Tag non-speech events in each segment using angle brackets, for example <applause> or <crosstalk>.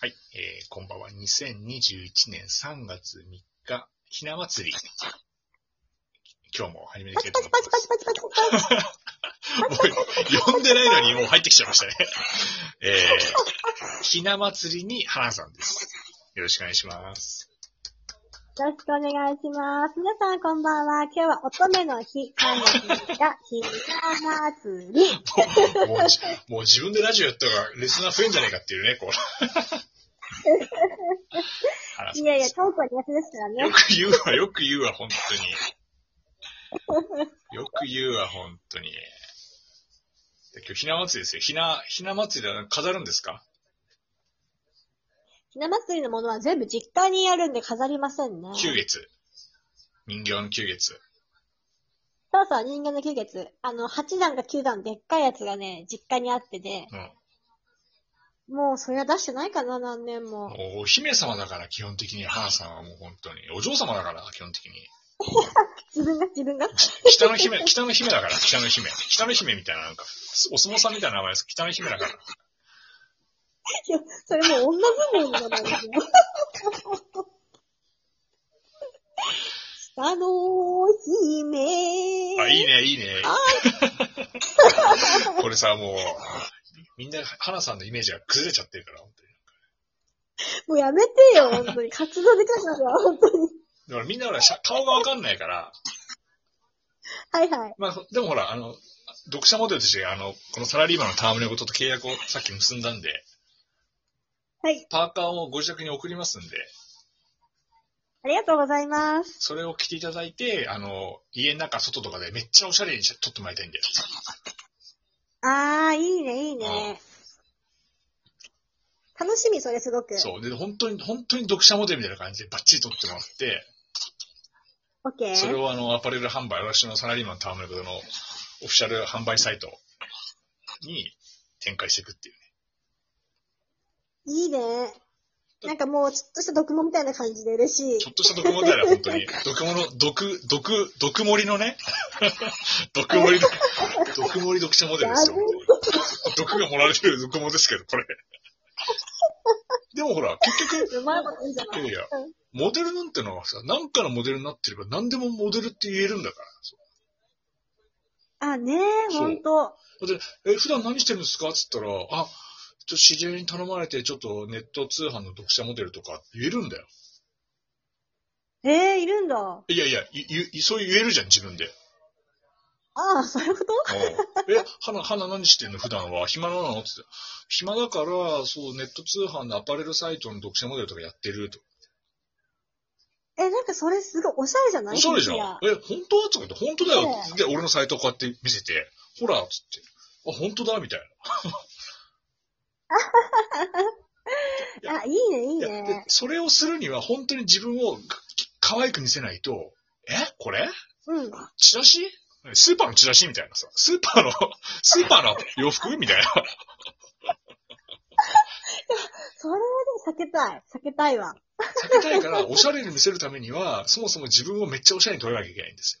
はい、えー、こんばんは。2021年3月3日、ひな祭り。今日も始めてパきてチるとパ思チいパチパチパチパチパチ。ます。もう、呼んでないのにもう入ってきちゃいましたね。えー、ひな祭りに花さんです。よろしくお願いします。よろしくお願いします。皆さんこんばんは。今日は乙女の日。3月3日、ひな祭り。もう、もうじもう自分でラジオやったら、レスナー増えんじゃねえかっていうね、こう。花さんいやいや、トークは苦手ですからよね。く言うわ、よく言うわ、本当に。よく言うわ、本当に。で今日、ひな祭りですよ。ひな、ひな祭りで飾るんですかひな祭りのものは全部実家にあるんで飾りませんね。旧月。人形の旧月。そうそう、人間の9月。あの、8段か9段でっかいやつがね、実家にあってで、うん。もうそれは出してないかな、何年も。もうお姫様だから、基本的に、花さんはもう本当に。お嬢様だから、基本的に。自分が、自分が。北の姫、北の姫だから、北の姫。北の姫みたいな、なんか、お相撲さんみたいな名前です。北の姫だから。いやそれもう女相撲の名前ですね。下の姫。あ、いいね、いいね。あこれさ、もう、みんな、花さんのイメージが崩れちゃってるから、本当に。もうやめてよ、本当に。活動でかくなるわ、本当に。だからみんなほら、しゃ顔がわかんないから、はいはい。まあ、でもほら、あの、読者モデルとして、あの、このサラリーマンのタームネことと契約をさっき結んだんで、はい。パーカーをご自宅に送りますんで、ありがとうございます。それを着ていただいて、あの、家の中、外とかでめっちゃおしゃれにし撮ってもらいたいんだよ。あー、いいね、いいね。楽しみ、それすごく。そう。で、本当に、本当に読者モデルみたいな感じでバッチリ撮ってもらって、オッケそれー。をあの、アパレル販売、私のサラリーマンのタームネことのオフィシャル販売サイトに展開していくっていうね。いいね。なんかもう、ちょっとした毒もみたいな感じで嬉しいちょ。っとした毒もだよ、本当に。毒もの、毒、毒、毒盛りのね。 <laughs> 毒盛りの、毒盛り読者モデルですよ。本当に毒が盛られてる毒もですけど、これ。でもほら、結局、うまいこといいんじゃないいやいや、モデルなんてのはさ、何かのモデルになってれば何でもモデルって言えるんだかあ、ねえ、そうほんと。ら。え、普段何してるんですかって言ったら、あ、ちょっと知り合いに頼まれて、ちょっとネット通販の読者モデルとか言えるんだよ。えー、いるんだ。あいやいや、いいそう言えるじゃん、自分で。あ、そういうことえ、花、花何してんの普段は。暇なのって言って暇だから、そう、ネット通販のアパレルサイトの読者モデルとかやってると。え、なんかそれすごいおしゃれじゃないおしゃれじゃん。いえや、本当とか言って、本当だよね。で、俺のサイトをこうやって見せて、ほら、つって。あ、本当だ、みたいあ、いいね、いいな。いやでね。それをするには、本当に自分をか可愛く見せないと、えこれうん。チラシスーパーのチラシみたいなさ。スーパーの、 <laughs> スーパーの洋服みたいな。それはでも避けたい。避けたいわ。避けたいから、おしゃれに見せるためには、そもそも自分をめっちゃおしゃれに撮らなきゃいけないんですよ。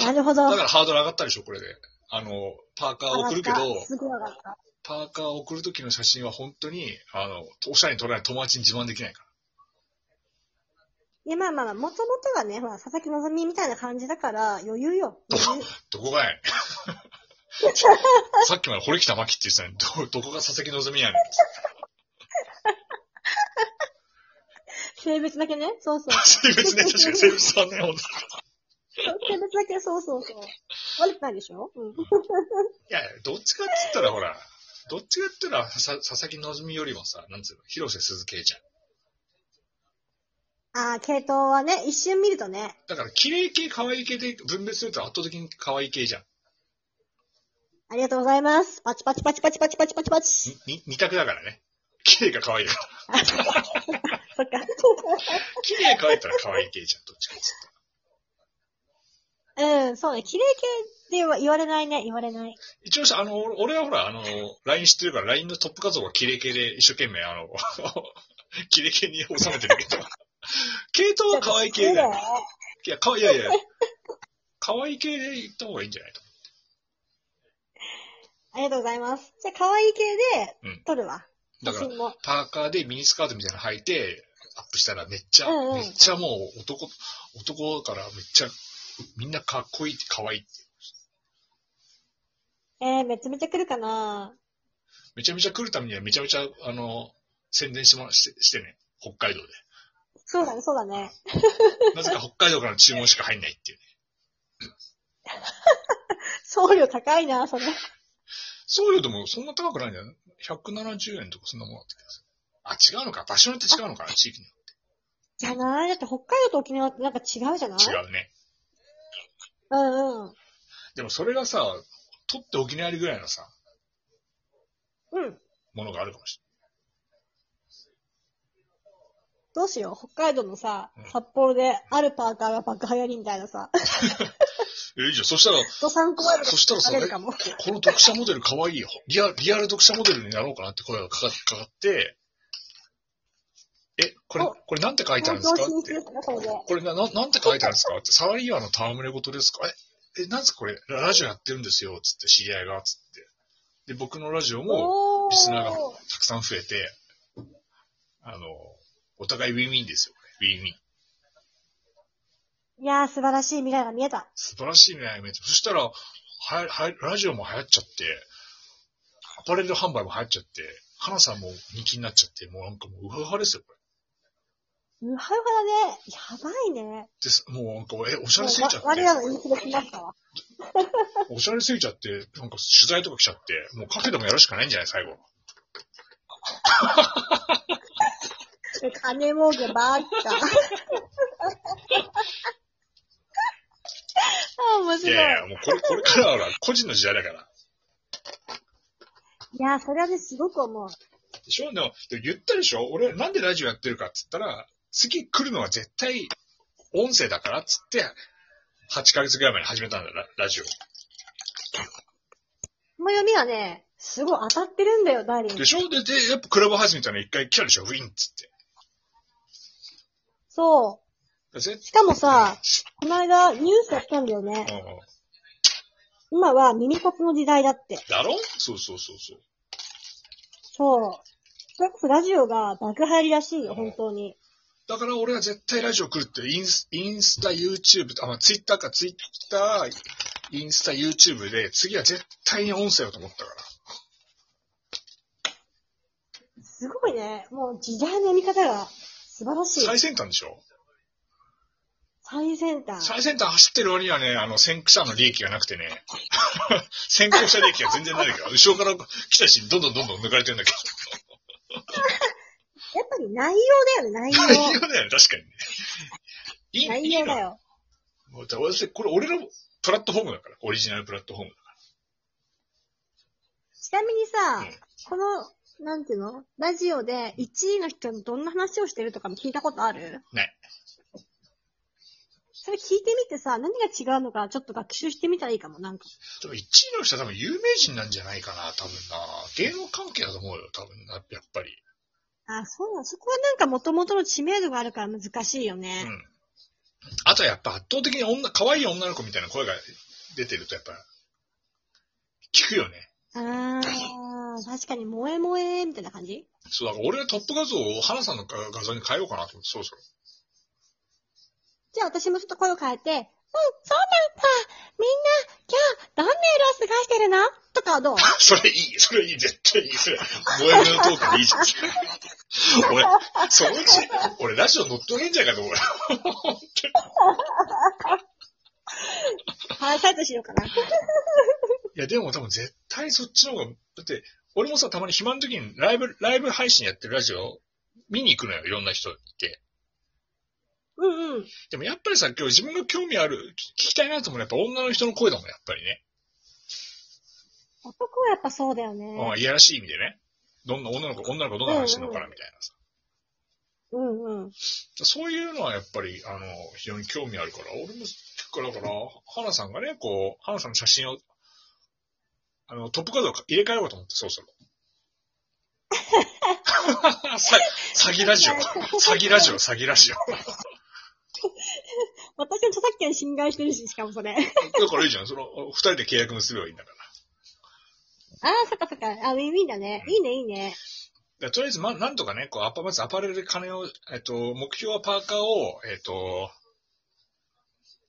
だなるほど。だからハードル上がったでしょ、これで。あの、パーカーを送るけど、上がったすごい上がった。パーカーを送るときの写真は本当に、あの、おしゃれに撮らない友達に自慢できないかいや、まあまあまあ、もともとがね、ほら、佐々木希みたいな感じだから、余裕よ。余裕ら。どこが <laughs> やねん。さっきまで堀北真希って言ってたのに、どどこが佐々木希 <laughs> やねん。性別だけね。そうそう。性別ね、確かに性別だね、本当に。性別だけ、そうそうそう。悪くないでしょうん。いや、どっちかって言ったらほら、どっちかって言ったら、さ佐々木希よりもさ、なんつうの、広瀬すずけじゃん。ああ、系統はね、一瞬見るとね。だから、綺麗系、可愛い系で分別すると圧倒的に可愛い系じゃん。ありがとうございます。パチパチパチパチパチパチパチ <laughs> パチ。に、二択だからね。綺麗か可愛いか。 <laughs> そっか。綺麗可愛いったら可愛い系じゃん、どっちかってうん、そうね。綺麗系では言われないね。言われない。言ったら一応、あの、俺俺はほら、あの、LINE 知ってるから、LINE のトップ画像が綺麗系で一生懸命、あの、 <laughs> 綺麗系に収めてる <laughs> けど、系統は可愛い系だよ。いや、かわいいや <laughs> いや、可愛い系で行った方がいいんじゃないと。ありがとうございます。じゃあ、可愛い系うんで、撮るわ。だから、私も。パーカーでミニスカートみたいなの履いて、アップしたらめっちゃ、うんうんめっちゃもう男、男からめっちゃ、みんなかっこいいって可愛いって。えー、めちゃめちゃ来るかなめちゃめちゃ来るためにはめちゃめちゃ、あの、宣伝してもらしてしてね。北海道 <laughs> で。そうだね、そうだね。なぜか北海道からの注文しか入んないっていうね。送料高いな、それ。送料でもそんな高くないんじゃない ?170 円とかそんなもんだった気がする。あ、違うのか。場所によって違うのかな地域によじゃないだって北海道と沖縄ってなんか違うじゃなっいて。違うね。うんうん。でもそれがさ、取って沖縄よりぐらいのさ、うん。ものがあるかもしどうしよう。北海道のさうん、札幌であるパーカーが爆流行りみたいなさ、れない。え、いいじゃん。そしたら、ドサンコワイルドそしたらそ流れれ、るかこも。この読者モデル可愛いよ。リアリアル読者モデルになろうかなって声がかかかかって、え、これ、おこれなんて書いてあるん東ですか京進っ出でて。すか、それで。これな、ななんて書いてあるんですかって、サラリーマンの戯れ事ですかえ、え、なんですかこれ、ララジオやってるんですよ、つって、知り合いが、つって。で、僕のラジオも、おー。リスナーがたくさん増えて、あの、お互いウィンウィンですよ、これ。ウィンウィン。いやー、素晴らしい未来が見えた。素晴らしいね、めっちゃそしたら、はや、はや、ラジオも流行っちゃって、アパレル販売も流行っちゃって、花さんも人気になっちゃって、もうなんかもうウハウハですよ、これ。うはうはだね。やばいね。です、もうなんか、え、おしゃもれすうぎわちゃっ我らて、のインフレ来ましたわ。おしゃれすぎちゃって、なんか取材とか来ちゃって、もうカフェでもやるしかないんじゃない最後。金儲けばっか。 <laughs> あ、面い白い。いやいや、もうこれ、これからはほら個人の時代だから。や、それはね、すごく思う。でしょでも、でも言ったでしょ俺、なんでラジオやってるかって言ったら、次来るのは絶対、音声だからっつって、8ヶ月ぐらい前に始めたんだよ、ララジオ。この読みはね、すごい当たってるんだよ、ダーリンで。しょで、で、やっぱクラブハウスみたいなの一回来たでしょウィンっつって。そだぜう。しかもさ、この間ニュースやったんだようんね。うん。今は耳コツの時代だって。だろそうそうそうそう。そう。それこそラジオが爆流行りらしいよ、本当に。だから俺は絶対ラジオ来るって、インスインスタ、YouTube、あ、まあ、ツイッターか、ツイッター、インスタ、YouTube で、次は絶対に音声だと思ったから。すごいね。もう時代の読み方が素晴らしい最。先端でしょ最先端。最先端走ってる割にはね、あの、先駆者の利益がなくてね、 <laughs> 先行者利益が全然ないから、後ろから来たし、どんどんどんどん抜かれてるんだけやっぱり内容だよね、内ど。内容容。だよね、確かにね。いい内容だいいよ。のもうだから私、これ俺のプラットフォームだから、オリジナルプラットフォーム。ちなみにさうん、この、なんていうのラジオで1位の人にどんな話をしてるとかも聞いたことあるない。それ聞いてみてさ、何が違うのかちょっと学習してみたらいいかも、なんか。多分1位の人は多分有名人なんじゃないかな、多分な。芸能関係だと思うよ、多分な、やっぱり。あ、そうなの。そこはなんか元々の知名度があるから難しいよね。うん。あとはやっぱ圧倒的に女、可愛い女の子みたいな声が出てるとやっぱ、聞くよね。あー、確かに萌え萌えみたいな感じそう、だから俺はトップ画像を花さんの画画像に変えようかなと思って、そろそ <laughs> ろ。じゃあ私もちょっと声を変えて、うん、そうなんさ、みんな、今日、どんな夜を過ごしてるのとか <laughs> はどうそれいい、それいい、絶対いい、それ。萌え萌えのトークでいいじゃん。 <laughs> 俺、そのうち、俺ラジオ乗っ取れんじゃないかと思うよ。はい、サイトしようかな。いや、でも多分絶対そっちの方が、だって、俺もさ、たまに暇の時にライブ、ライブ配信やってるラジオ、見に行くのよ、いろんな人って。うんうん。でもやっぱりさ、今日自分が興味ある、聞きたいなと思うのはやっぱ女の人の声だもん、やっぱりね。男はやっぱそうだよねま。あ、いやらしい意味でね。どんな女の子、女の子どんな話してんのかな、みたいなさ。うんうん。そういうのはやっぱり、あの、非常に興味あるから、俺も、だから、花さんがね、こう、花さんの写真を、あの、トップカードを入れ替えようかと思って、そろそろ。さ詐欺ラジオ。詐欺ラジオ、詐欺ラジオ。私の著作権侵害してるし、しかもそれ。あだからいいじゃん。その、二人で契約結べばいいんだから。あ、そっかそっか。あ、ウィンウィンだね。いいね、いいね。だからとりあえず、ま、なんとかね、こう、アパ、まずアパレルで金を、えっと、目標はパーカーを、えっと、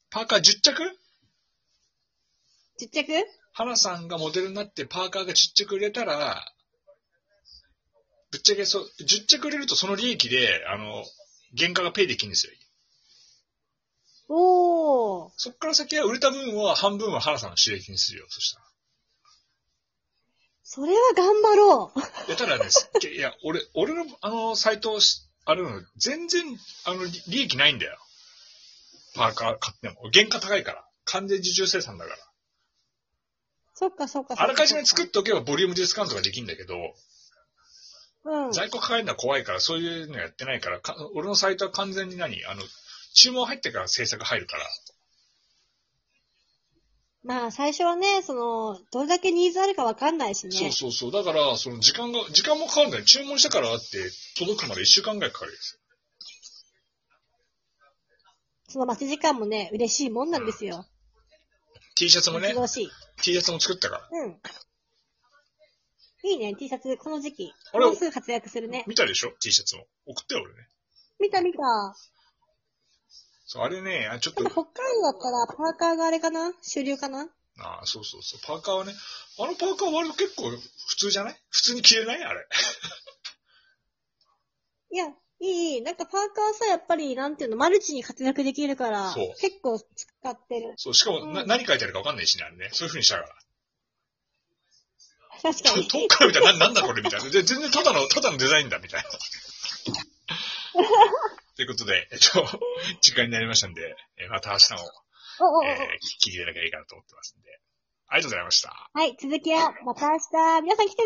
パーカー10着ちっちゃく花さんがモデルになってパーカーが10着売れたら、ぶっちゃけそう、10着売れるとその利益で、あの、原価がペイできるんですよ。おー。そっから先は売れた分は半分は花さんの収益にするよ、そしたら。それは頑張ろう。いや、ただね、 <laughs> すっげえいや、俺、俺の、あの、サイトし、あるの、全然、あの、利利益ないんだよ。パーカー買っても。原価高いから。完全受注生産だから。そっかそっかそっか。あらかじめ作っっておけばボリュームディスカウントができるんだけど、うん。在庫抱えるのは怖いから、そういうのやってないから、か俺のサイトは完全に何あの、注文入ってから制作入るから。まあ、最初はね、その、どれだけニーズあるかわかんないしね。そうそうそう。だから、その時間が、時間もかかるんだよ。注文してからあって、届くまで1週間ぐらいかかるんですその待ち時間もね、嬉しいもんなんですよ。よ。T シャツもね待ち、遠しい。 T シャツも作ったから。うん。いいね、T シャツ、この時期。あれもうすぐ活躍するね。見たでしょ ?T シャツも。送ったよ、俺ね。見た見た。そう、あれね、あちょっやとっぱ、北海道だったら、パーカーがあれかな主流かなあそうそうそう、パーカーはね、あのパーカー割と結構普通じゃない普通に着れないあれ。いや、いい、いい。なんかパーカーさ、やっぱり、なんていうの、マルチに活躍できるからそう、結構使ってる。そう、しかも、なうん何書いてあるかわかんないしね、あれね。そういう風にしたから。確かとに。遠くから見たら、ななんだこれみたいな。で全然ただの、ただのデザインだ、みたいな。ということで、えっと、時間になりましたんで、えまた明日も、おおおおえー聞いていただければいいかなと思ってますんで。ありがとうございました。はい、続きは、また明日、皆さん来てね